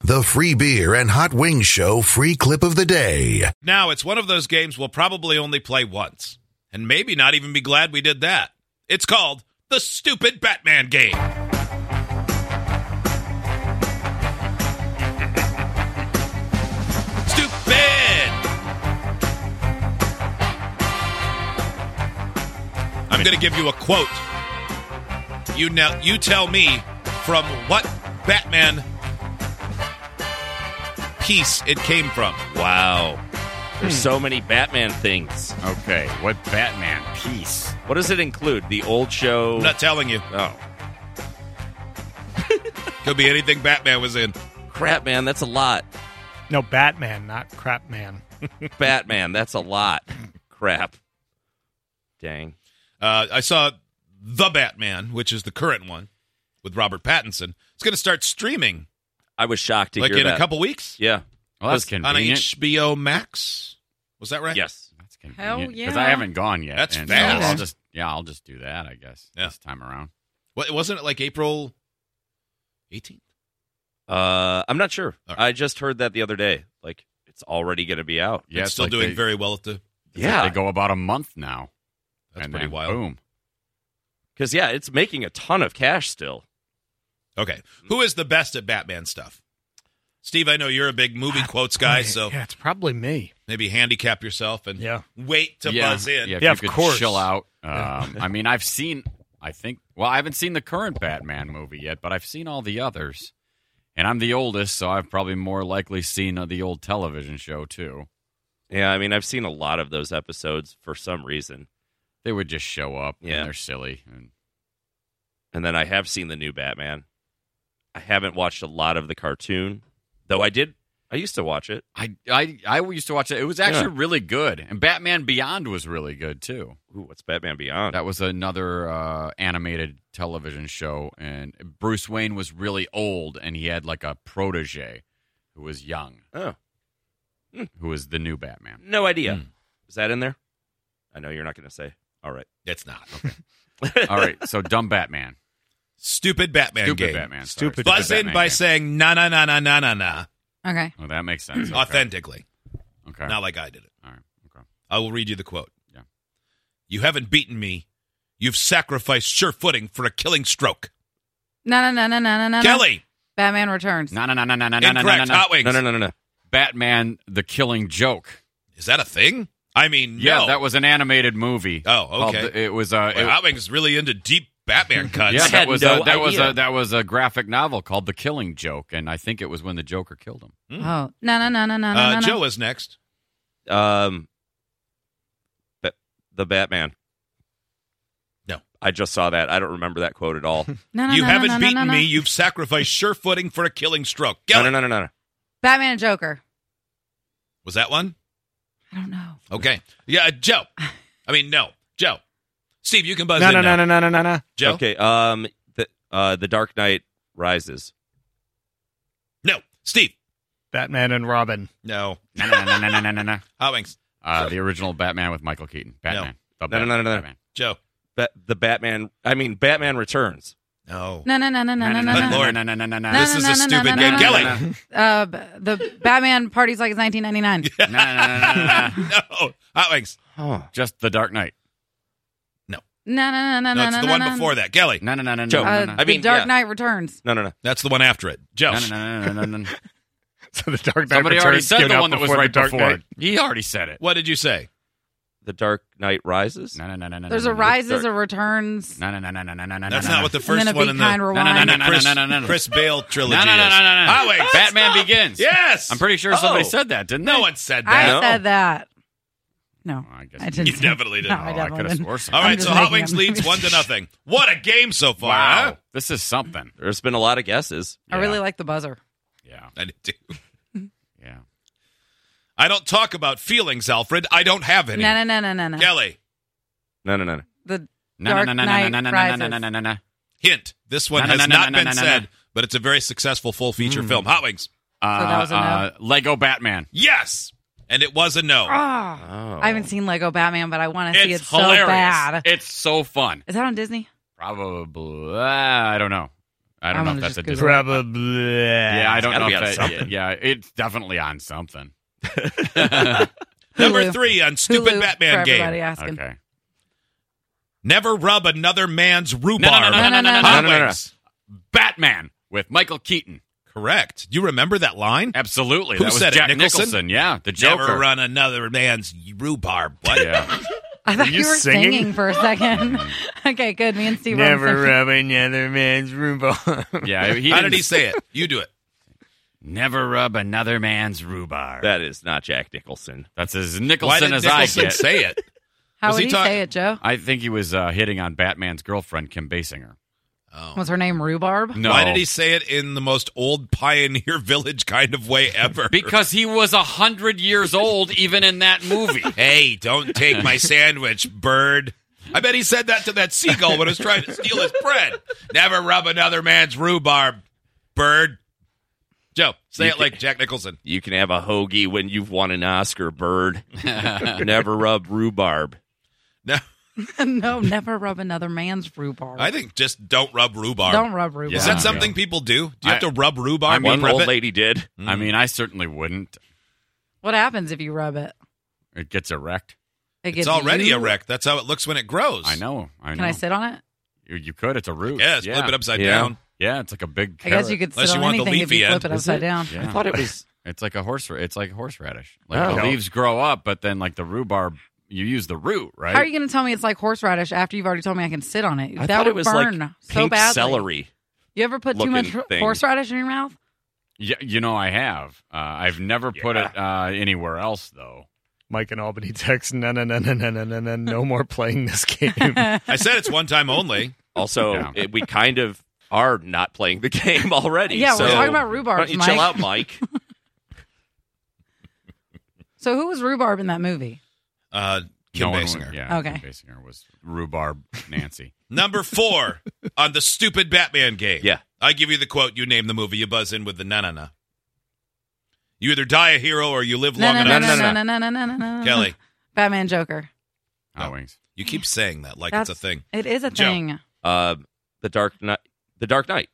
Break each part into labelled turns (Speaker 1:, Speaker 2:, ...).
Speaker 1: The free beer and hot wings show free clip of the day.
Speaker 2: Now, it's one of those games we'll probably only play once, and maybe not even be glad we did that. It's called the Stupid Batman Game. Stupid! I'm going to give you a quote. You, now, you tell me from what Batman piece it came from. Wow.
Speaker 3: There's so many Batman things.
Speaker 4: Okay, what Batman piece?
Speaker 3: What does it include? The old show.
Speaker 2: I'm not telling you.
Speaker 3: oh,
Speaker 2: Could be anything Batman was in.
Speaker 3: crap, man, that's a lot.
Speaker 5: No, Batman, not Crap Man.
Speaker 3: Batman, that's a lot. Crap. Dang.
Speaker 2: Uh, I saw The Batman, which is the current one with Robert Pattinson. It's going to start streaming
Speaker 3: I was shocked to
Speaker 2: like
Speaker 3: hear
Speaker 2: in
Speaker 3: that.
Speaker 2: a couple weeks
Speaker 3: Yeah.
Speaker 4: Well, that's
Speaker 2: on
Speaker 4: convenient.
Speaker 2: HBO Max. Was that right?
Speaker 3: Yes.
Speaker 4: that's convenient.
Speaker 6: Hell yeah.
Speaker 4: Because I haven't gone yet.
Speaker 2: That's
Speaker 4: and so I'll- I'll
Speaker 2: fast.
Speaker 4: just yeah, I'll just do that. I guess
Speaker 2: Yeah.
Speaker 4: this time around.
Speaker 2: Wa- wasn't it like April 18th?
Speaker 3: Uh, I'm not sure.
Speaker 2: All right.
Speaker 3: I just heard that the other day. Like, it's already going to be out.
Speaker 4: Yeah,
Speaker 2: it's still
Speaker 4: like
Speaker 2: doing
Speaker 4: they,
Speaker 2: very well at the.
Speaker 4: it's like they go about a month now.
Speaker 2: That's
Speaker 4: and
Speaker 2: pretty
Speaker 4: then
Speaker 2: wild.
Speaker 4: Boom.
Speaker 3: Because, yeah, it's making a ton of cash still.
Speaker 4: Oh.
Speaker 2: Okay, who is the best at Batman stuff? Steve, I know you're a big movie quotes guy, so
Speaker 5: Ah, yeah, it's probably me.
Speaker 2: maybe handicap yourself and
Speaker 5: Yeah.
Speaker 2: wait to
Speaker 4: yeah,
Speaker 2: buzz in.
Speaker 4: Yeah, if
Speaker 5: Yeah,
Speaker 4: you
Speaker 5: of
Speaker 4: could
Speaker 5: course.
Speaker 4: Chill out. Um, I mean, I've seen. I think. Well, I haven't seen the current Batman movie yet, but I've seen all the others. And I'm the oldest, so I've probably more likely seen uh, the old television show too.
Speaker 3: Yeah, I mean, I've seen a lot of those episodes for some reason.
Speaker 4: They would just show up,
Speaker 3: Yeah.
Speaker 4: and they're silly. And
Speaker 3: And then I have seen the new Batman. I haven't watched a lot of the cartoon, though I did. I used to watch it.
Speaker 4: I, I I used to watch it. It was actually really good, and Batman Beyond was really good too.
Speaker 3: Ooh, what's Batman Beyond?
Speaker 4: That was another uh, animated television show, and Bruce Wayne was really old, and he had like a protege who was young,
Speaker 3: Oh.
Speaker 4: who was the new Batman.
Speaker 3: No idea. Is that in there? I know you're not going to say. All right.
Speaker 2: It's not
Speaker 4: All right, so dumb Batman,
Speaker 2: stupid Batman
Speaker 4: stupid
Speaker 2: game.
Speaker 4: Batman, sorry.
Speaker 5: Stupid
Speaker 2: Buzz in
Speaker 4: Batman
Speaker 2: by
Speaker 4: game.
Speaker 2: saying na na na na na na na
Speaker 6: Okay.
Speaker 4: Oh, that makes sense. Okay.
Speaker 2: authentically,
Speaker 4: Okay.
Speaker 2: not like I did it.
Speaker 4: All right. Okay.
Speaker 2: I will read you the quote.
Speaker 4: Yeah.
Speaker 2: You haven't beaten me. You've sacrificed sure footing for a killing stroke.
Speaker 6: No, no, no, no, no, no, no.
Speaker 2: Kelly,
Speaker 6: Batman Returns.
Speaker 4: No, no, no, no, no, no, no, no, no,
Speaker 2: incorrect.
Speaker 4: no.
Speaker 2: Hot wings.
Speaker 3: No, no, no, no, no.
Speaker 4: Batman: The Killing Joke.
Speaker 2: Is that a thing? I mean,
Speaker 4: Yeah,
Speaker 2: no.
Speaker 4: that was an animated movie.
Speaker 2: Oh,
Speaker 4: Called
Speaker 2: okay.
Speaker 4: the- It was. Uh,
Speaker 2: Boy,
Speaker 4: it,
Speaker 2: Hot wings is really into deep Batman cuts.
Speaker 4: Yeah,
Speaker 3: had
Speaker 4: that was
Speaker 3: no
Speaker 4: a, that was
Speaker 3: idea.
Speaker 4: a that was a graphic novel called The Killing Joke, and I think it was when the Joker killed him.
Speaker 6: Oh, no, no, no, no, no, no,
Speaker 2: Uh,
Speaker 6: no.
Speaker 2: Joe is next.
Speaker 3: Um, but the Batman.
Speaker 2: No.
Speaker 3: I just saw that. I don't remember that quote at all.
Speaker 6: no, no,
Speaker 2: you
Speaker 6: no,
Speaker 2: haven't
Speaker 6: no, no,
Speaker 2: beaten
Speaker 6: no, no.
Speaker 2: me. You've sacrificed sure footing for a killing stroke.
Speaker 3: no,
Speaker 2: Kelly,
Speaker 3: no, no, no, no, no.
Speaker 6: Batman and Joker.
Speaker 2: was that one?
Speaker 6: I don't know.
Speaker 2: Okay. Yeah, uh, Joe. I mean, no, Joe. Steve, you can buzz
Speaker 5: No,
Speaker 2: in
Speaker 5: no,
Speaker 2: now.
Speaker 5: no, no, no, no, no, no.
Speaker 2: Joe.
Speaker 3: Okay. Um, the uh, the Dark Knight Rises.
Speaker 2: No, Steve.
Speaker 5: Batman and Robin.
Speaker 2: No,
Speaker 4: No, no, no, no, no, no, no, no.
Speaker 2: Hot wings.
Speaker 4: Uh, the original Batman with Michael Keaton. Batman. The
Speaker 3: No, no, no, no, no.
Speaker 4: Batman.
Speaker 2: Joe.
Speaker 3: Ba- the Batman. I mean, Batman Returns.
Speaker 2: No.
Speaker 6: No, no, no, no, no, no, no,
Speaker 2: But
Speaker 6: no.
Speaker 2: Lord,
Speaker 4: no, no, no, no, no.
Speaker 6: No,
Speaker 2: This
Speaker 6: no,
Speaker 2: is
Speaker 6: no,
Speaker 2: a
Speaker 6: no, no,
Speaker 2: stupid
Speaker 6: no,
Speaker 2: game.
Speaker 6: no,
Speaker 2: Kelly.
Speaker 6: no, Uh, b- the Batman parties like it's 1999.
Speaker 4: No, no, no, no, no, no.
Speaker 2: No. Hot wings.
Speaker 3: Oh.
Speaker 4: Just The Dark Knight.
Speaker 6: No, no, no,
Speaker 2: No,
Speaker 6: no, no,
Speaker 2: it's
Speaker 6: no,
Speaker 2: the
Speaker 6: no,
Speaker 2: one
Speaker 6: no.
Speaker 2: before that. Kelly.
Speaker 4: No, no, no, no, no,
Speaker 3: Joe.
Speaker 4: no,
Speaker 6: Uh,
Speaker 4: no,
Speaker 3: I
Speaker 6: The
Speaker 3: mean, yeah.
Speaker 6: Dark Knight Returns.
Speaker 3: No, no, no.
Speaker 2: That's the one after it. Joe.
Speaker 4: no, no, no, no, no, no.
Speaker 5: So the Dark Knight
Speaker 4: Somebody
Speaker 5: Returns
Speaker 4: already said
Speaker 5: came
Speaker 4: the
Speaker 5: out
Speaker 4: one that was
Speaker 5: before
Speaker 4: right
Speaker 5: the Dark
Speaker 4: before.
Speaker 5: Knight.
Speaker 4: it. He already said it.
Speaker 2: What did you say?
Speaker 3: The Dark Knight Rises.
Speaker 4: No, no, no, no, no.
Speaker 6: There's
Speaker 4: no,
Speaker 6: a
Speaker 4: no.
Speaker 6: rises, a returns.
Speaker 4: No, no, no, no, no, no, no, no.
Speaker 2: That's
Speaker 4: no,
Speaker 2: not
Speaker 4: no.
Speaker 2: what the
Speaker 6: And
Speaker 2: first
Speaker 6: then a
Speaker 2: one
Speaker 6: big
Speaker 2: in
Speaker 6: kind
Speaker 2: the
Speaker 6: rewind.
Speaker 4: no, no,
Speaker 2: in the Chris,
Speaker 4: no, no, no, no.
Speaker 2: Chris Bale
Speaker 4: No,
Speaker 2: trilogy.
Speaker 4: no, no, no, no,
Speaker 2: is.
Speaker 4: no, no.
Speaker 2: Hot wings.
Speaker 4: Batman Begins.
Speaker 2: Yes.
Speaker 4: I'm pretty sure somebody
Speaker 3: Oh.
Speaker 4: said that, didn't they?
Speaker 2: No one said
Speaker 6: I
Speaker 2: that.
Speaker 3: No.
Speaker 6: said that. No,
Speaker 4: Oh, I guess
Speaker 6: I
Speaker 4: you
Speaker 6: didn't.
Speaker 2: You
Speaker 6: say-
Speaker 2: definitely didn't.
Speaker 6: No,
Speaker 4: Oh,
Speaker 6: I
Speaker 4: I
Speaker 6: definitely
Speaker 4: could've
Speaker 6: didn't.
Speaker 4: swore so.
Speaker 2: All
Speaker 6: I'm
Speaker 2: right,
Speaker 6: just
Speaker 2: so Hot
Speaker 6: making
Speaker 2: Wings
Speaker 6: up-
Speaker 2: leads one to nothing. What a game so far, huh?
Speaker 4: Wow, this is something.
Speaker 3: There's been a lot of guesses.
Speaker 6: I really like the buzzer.
Speaker 4: Yeah,
Speaker 2: I did too.
Speaker 4: yeah.
Speaker 2: I don't talk about feelings, Alfred. I don't have any.
Speaker 6: No, no, no, no, no, no.
Speaker 2: Kelly,
Speaker 3: No, no, no, no.
Speaker 6: The
Speaker 4: No,
Speaker 6: Dark
Speaker 4: no, no, no,
Speaker 6: Knight
Speaker 4: no, no, no, no,
Speaker 6: Rises.
Speaker 4: no, no, no, no, no.
Speaker 2: hint. This one
Speaker 4: No, no,
Speaker 2: has
Speaker 4: no, no,
Speaker 2: not
Speaker 4: no,
Speaker 2: been
Speaker 4: no, no,
Speaker 2: said,
Speaker 4: no.
Speaker 2: but it's a very successful full feature film. Hot Wings.
Speaker 6: that was a no?
Speaker 4: Uh, uh, Lego Batman.
Speaker 2: Yes. And it was a no.
Speaker 6: Ah.
Speaker 3: Oh.
Speaker 6: I haven't seen Lego Batman, but I want to see it
Speaker 4: It's
Speaker 6: so
Speaker 4: hilarious.
Speaker 6: bad.
Speaker 4: It's so fun.
Speaker 6: Is that on Disney?
Speaker 4: Probably, uh, I don't know. I
Speaker 6: I'm
Speaker 4: don't know if
Speaker 6: gonna
Speaker 4: that's a
Speaker 6: just Google it.
Speaker 4: Disney.
Speaker 5: Probably.
Speaker 4: Yeah, I
Speaker 3: It's
Speaker 4: don't
Speaker 3: gotta
Speaker 4: know.
Speaker 3: be
Speaker 4: If
Speaker 3: on
Speaker 4: that,
Speaker 3: something.
Speaker 4: Yeah, it's definitely on something.
Speaker 2: Number
Speaker 6: Hulu.
Speaker 2: three on stupid
Speaker 6: Hulu for
Speaker 2: Batman
Speaker 6: everybody
Speaker 2: game.
Speaker 6: asking.
Speaker 4: okay.
Speaker 2: Never rub another man's rhubarb.
Speaker 6: no, no, no, no, no,
Speaker 2: Hot
Speaker 3: no, no, no.
Speaker 2: wings.
Speaker 4: Batman with Michael Keaton.
Speaker 2: Correct. You remember that line?
Speaker 4: Absolutely.
Speaker 2: Who
Speaker 4: that was
Speaker 2: said it,
Speaker 4: Jack
Speaker 2: Nicholson?
Speaker 4: Yeah, the Joker.
Speaker 2: Never run another man's rhubarb. What?
Speaker 4: Yeah.
Speaker 6: I thought
Speaker 5: Were
Speaker 6: you,
Speaker 5: you
Speaker 6: were singing?
Speaker 5: singing?
Speaker 6: for a second. okay, good. Me and Steve were on
Speaker 5: Never
Speaker 6: the same-
Speaker 5: rub another man's rhubarb.
Speaker 4: yeah. He
Speaker 2: How did
Speaker 4: didn't-
Speaker 2: he say it? You do it.
Speaker 4: Never rub another man's rhubarb.
Speaker 3: Oh, That is not Jack Nicholson.
Speaker 4: That's as
Speaker 2: Why
Speaker 4: Nicholson
Speaker 2: did
Speaker 4: as I
Speaker 2: Nicholson
Speaker 4: get.
Speaker 2: say it?
Speaker 6: How
Speaker 2: Was
Speaker 6: would
Speaker 2: he
Speaker 6: you
Speaker 2: talk-
Speaker 6: say it, Joe?
Speaker 4: I think he was uh, hitting on Batman's girlfriend, Kim Basinger.
Speaker 2: Oh.
Speaker 6: Was her name Rhubarb?
Speaker 4: No.
Speaker 2: Why did he say it in the most old pioneer village kind of way ever?
Speaker 4: Because he was a hundred years old, even in that movie.
Speaker 2: hey, don't take my sandwich, bird. I bet he said that to that seagull when it was trying to steal his bread. Never rub another man's rhubarb, bird. Joe, say it like Jack Nicholson.
Speaker 3: You can have a hoagie when you've won an Oscar, bird. Never rub rhubarb.
Speaker 2: No,
Speaker 6: no, never rub another man's rhubarb.
Speaker 2: I think just don't rub rhubarb.
Speaker 6: Don't rub rhubarb.
Speaker 2: Is that something people do? Do you have to
Speaker 4: I-
Speaker 2: rub rhubarb?
Speaker 4: I mean,
Speaker 2: and
Speaker 3: One
Speaker 2: prep
Speaker 3: old
Speaker 2: it?
Speaker 3: lady did.
Speaker 4: I mean, I certainly wouldn't.
Speaker 6: What happens if you rub it?
Speaker 4: It gets erect.
Speaker 6: it
Speaker 2: It's
Speaker 6: gets
Speaker 2: already
Speaker 6: you-
Speaker 2: erect. That's how it looks when it grows.
Speaker 4: I know. I know.
Speaker 6: Can I sit on it?
Speaker 4: You, you could. It's a root.
Speaker 2: Yes,
Speaker 4: yeah.
Speaker 2: flip it upside
Speaker 3: Yeah.
Speaker 2: down.
Speaker 4: Yeah, it's like a big.
Speaker 6: I
Speaker 4: Carrot.
Speaker 6: guess you could sit
Speaker 2: Unless you
Speaker 6: on
Speaker 2: want the
Speaker 6: anything if you
Speaker 2: leafy
Speaker 6: flip it
Speaker 2: end.
Speaker 6: upside down.
Speaker 4: Yeah.
Speaker 3: it was.
Speaker 4: It's like a horse. It's like horseradish. Like
Speaker 3: Oh.
Speaker 4: the leaves grow up, but then like the rhubarb, you use the root, right?
Speaker 6: How are you going to tell me it's like horseradish after you've already told me I can sit on it?
Speaker 3: I
Speaker 6: that
Speaker 3: thought
Speaker 6: would
Speaker 3: it was
Speaker 6: burn
Speaker 3: like
Speaker 6: so
Speaker 3: pink
Speaker 6: badly.
Speaker 3: celery.
Speaker 6: You ever put too
Speaker 3: looking
Speaker 6: much
Speaker 3: thing.
Speaker 6: horseradish in your mouth?
Speaker 4: Yeah, you know, I have. Uh, I've never put it uh, anywhere else though.
Speaker 5: Mike in Albany text, no, no, no, no, no, no, no, no, no more playing this game.
Speaker 2: I said it's one time only.
Speaker 3: Also,
Speaker 4: Yeah.
Speaker 3: it- we kind of are not playing the game already.
Speaker 6: Yeah,
Speaker 3: so-
Speaker 6: we're talking about
Speaker 3: Why
Speaker 6: rhubarb,
Speaker 3: don't you
Speaker 6: Mike.
Speaker 3: chill out, Mike?
Speaker 6: So who was rhubarb in that movie?
Speaker 2: Uh, Kim
Speaker 4: No one
Speaker 2: Basinger.
Speaker 4: would- yeah,
Speaker 6: Okay.
Speaker 4: Kim Basinger was rhubarb Nancy.
Speaker 2: Number four on the stupid Batman game.
Speaker 3: Yeah.
Speaker 2: I give you the quote, you name the movie, you buzz in with the na na na. You either die a hero or you live
Speaker 6: No,
Speaker 2: long
Speaker 6: no, no,
Speaker 2: enough.
Speaker 6: no, no, no, no, no, no, no.
Speaker 2: Kelly,
Speaker 6: Batman Joker.
Speaker 4: Hot
Speaker 2: No.
Speaker 4: wings.
Speaker 2: you keep saying that like
Speaker 6: That's-
Speaker 2: it's a thing.
Speaker 6: It is a
Speaker 2: Joe.
Speaker 6: thing.
Speaker 3: Uh, the Dark Knight. The Dark Knight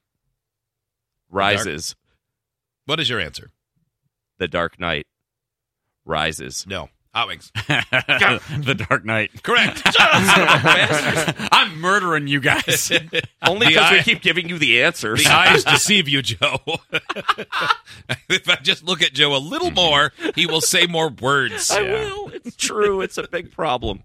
Speaker 3: rises.
Speaker 2: What is your answer?
Speaker 3: The Dark Knight rises.
Speaker 2: No. Hot wings.
Speaker 4: the Dark Knight.
Speaker 2: Correct.
Speaker 4: I'm murdering you guys.
Speaker 3: Only
Speaker 2: The
Speaker 3: because we
Speaker 2: eye-
Speaker 3: keep giving you the answers.
Speaker 2: the eyes deceive you, Joe. if I just look at Joe a little more, he will say more words.
Speaker 3: I will. It's true. It's a big problem.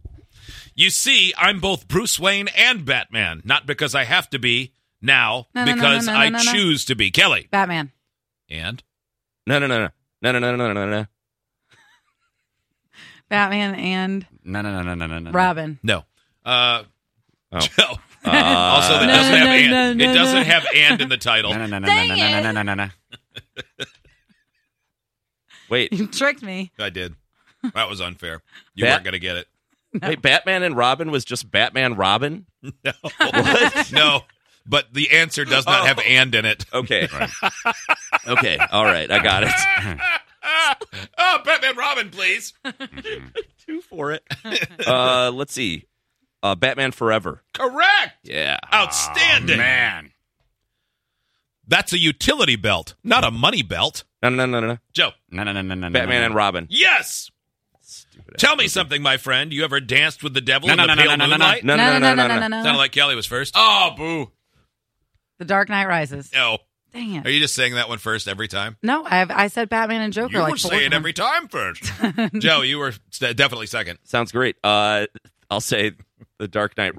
Speaker 2: You see, I'm both Bruce Wayne and Batman, not because I have to be now,
Speaker 6: No, no, no,
Speaker 2: because
Speaker 6: no, no,
Speaker 2: I
Speaker 6: no, no.
Speaker 2: choose to be. Kelly.
Speaker 6: Batman.
Speaker 2: And
Speaker 3: No, no, no, no, no, no, no, no, no, no.
Speaker 6: Batman and
Speaker 4: No, no, no, no, no, no, no.
Speaker 6: Robin.
Speaker 2: no. Uh
Speaker 3: Oh.
Speaker 2: Joe.
Speaker 3: Uh,
Speaker 2: Also, that
Speaker 6: No,
Speaker 2: doesn't have
Speaker 6: no,
Speaker 2: and.
Speaker 6: no, no,
Speaker 2: it doesn't
Speaker 6: no.
Speaker 2: have and in the title.
Speaker 4: No, no, no, no,
Speaker 6: Dang
Speaker 4: no, no, no, no, no, no.
Speaker 3: Wait,
Speaker 6: You tricked me.
Speaker 2: I did. That was unfair. You
Speaker 3: Bat-
Speaker 2: weren't going to get it.
Speaker 3: wait. Batman and Robin was just Batman Robin.
Speaker 2: No, but the answer does not have and in it.
Speaker 3: Okay. Okay. All right. I got it.
Speaker 2: oh, Batman Robin, please.
Speaker 3: Two for it. Uh, let's see. Uh, Batman Forever.
Speaker 2: Correct.
Speaker 3: Yeah.
Speaker 2: Oh, Outstanding.
Speaker 4: Man.
Speaker 2: That's a utility belt, not a money belt.
Speaker 3: No, no, no, no, no.
Speaker 2: Joe.
Speaker 4: No, no, no, no, no.
Speaker 3: Batman
Speaker 4: no,
Speaker 3: and Robin.
Speaker 2: Yes.
Speaker 3: Stupid.
Speaker 2: Tell me something, my friend. You ever danced with the devil
Speaker 4: No,
Speaker 2: in
Speaker 4: no,
Speaker 2: the
Speaker 4: no,
Speaker 2: pale
Speaker 4: no, no, no, no.
Speaker 2: moonlight?
Speaker 3: No, no, no, no, no, no.
Speaker 2: Sounded like Kelly was first.
Speaker 4: Oh, boo.
Speaker 6: The Dark Knight Rises.
Speaker 2: No.
Speaker 6: Dang it.
Speaker 2: Oh, Are you just saying that one first every time?
Speaker 6: no, I have, I said Batman and Joker
Speaker 2: You
Speaker 6: like
Speaker 2: were
Speaker 6: four
Speaker 2: saying
Speaker 6: times.
Speaker 2: every time first. Joe, you were st- definitely second.
Speaker 3: Sounds great. Uh, I'll say The Dark Knight.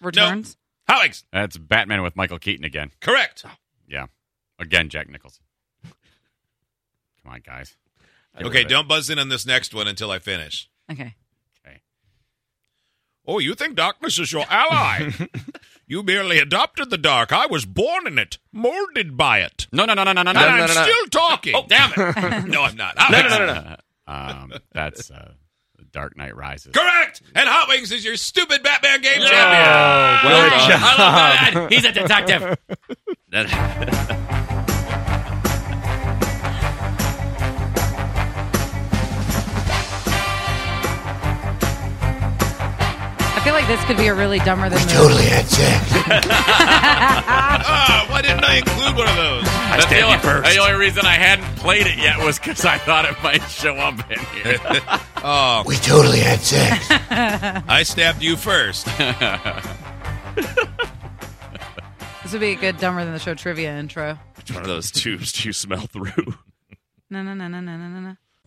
Speaker 6: returns.
Speaker 2: Alex,
Speaker 4: That's Batman with Michael Keaton again.
Speaker 2: correct.
Speaker 6: Oh,
Speaker 4: Yeah. Again, Jack Nicholson. Come on, guys. Get
Speaker 2: Okay,
Speaker 4: rid of it.
Speaker 2: don't buzz in on this next one until I finish.
Speaker 6: Okay.
Speaker 2: Oh, you think darkness is your ally? you merely adopted the dark. I was born in it, molded by it.
Speaker 4: No, no, no, no, no, no,
Speaker 2: And
Speaker 4: no.
Speaker 2: I'm
Speaker 3: no, no.
Speaker 2: still talking. Oh, damn it. no, I'm not. Hot
Speaker 3: No, no,
Speaker 2: Wings.
Speaker 3: no, no, no.
Speaker 4: um, that's uh, The Dark Knight Rises.
Speaker 2: Correct. And Hot Wings is your stupid Batman game champion.
Speaker 3: Well uh, done.
Speaker 4: I love that. He's a detective.
Speaker 6: I feel like this could be a really dumber than movie.
Speaker 1: had sex.
Speaker 2: Ah, why didn't I include one of those?
Speaker 3: I stabbed
Speaker 4: the, only,
Speaker 3: you first.
Speaker 4: the only reason I hadn't played it yet was because I thought it might show up in here.
Speaker 2: Oh,
Speaker 1: We totally had sex.
Speaker 2: I stabbed you first.
Speaker 6: This would be a good dumber than the show trivia intro.
Speaker 3: Which one of those tubes do you smell through?
Speaker 6: No, no, no, no, no, no, no, no.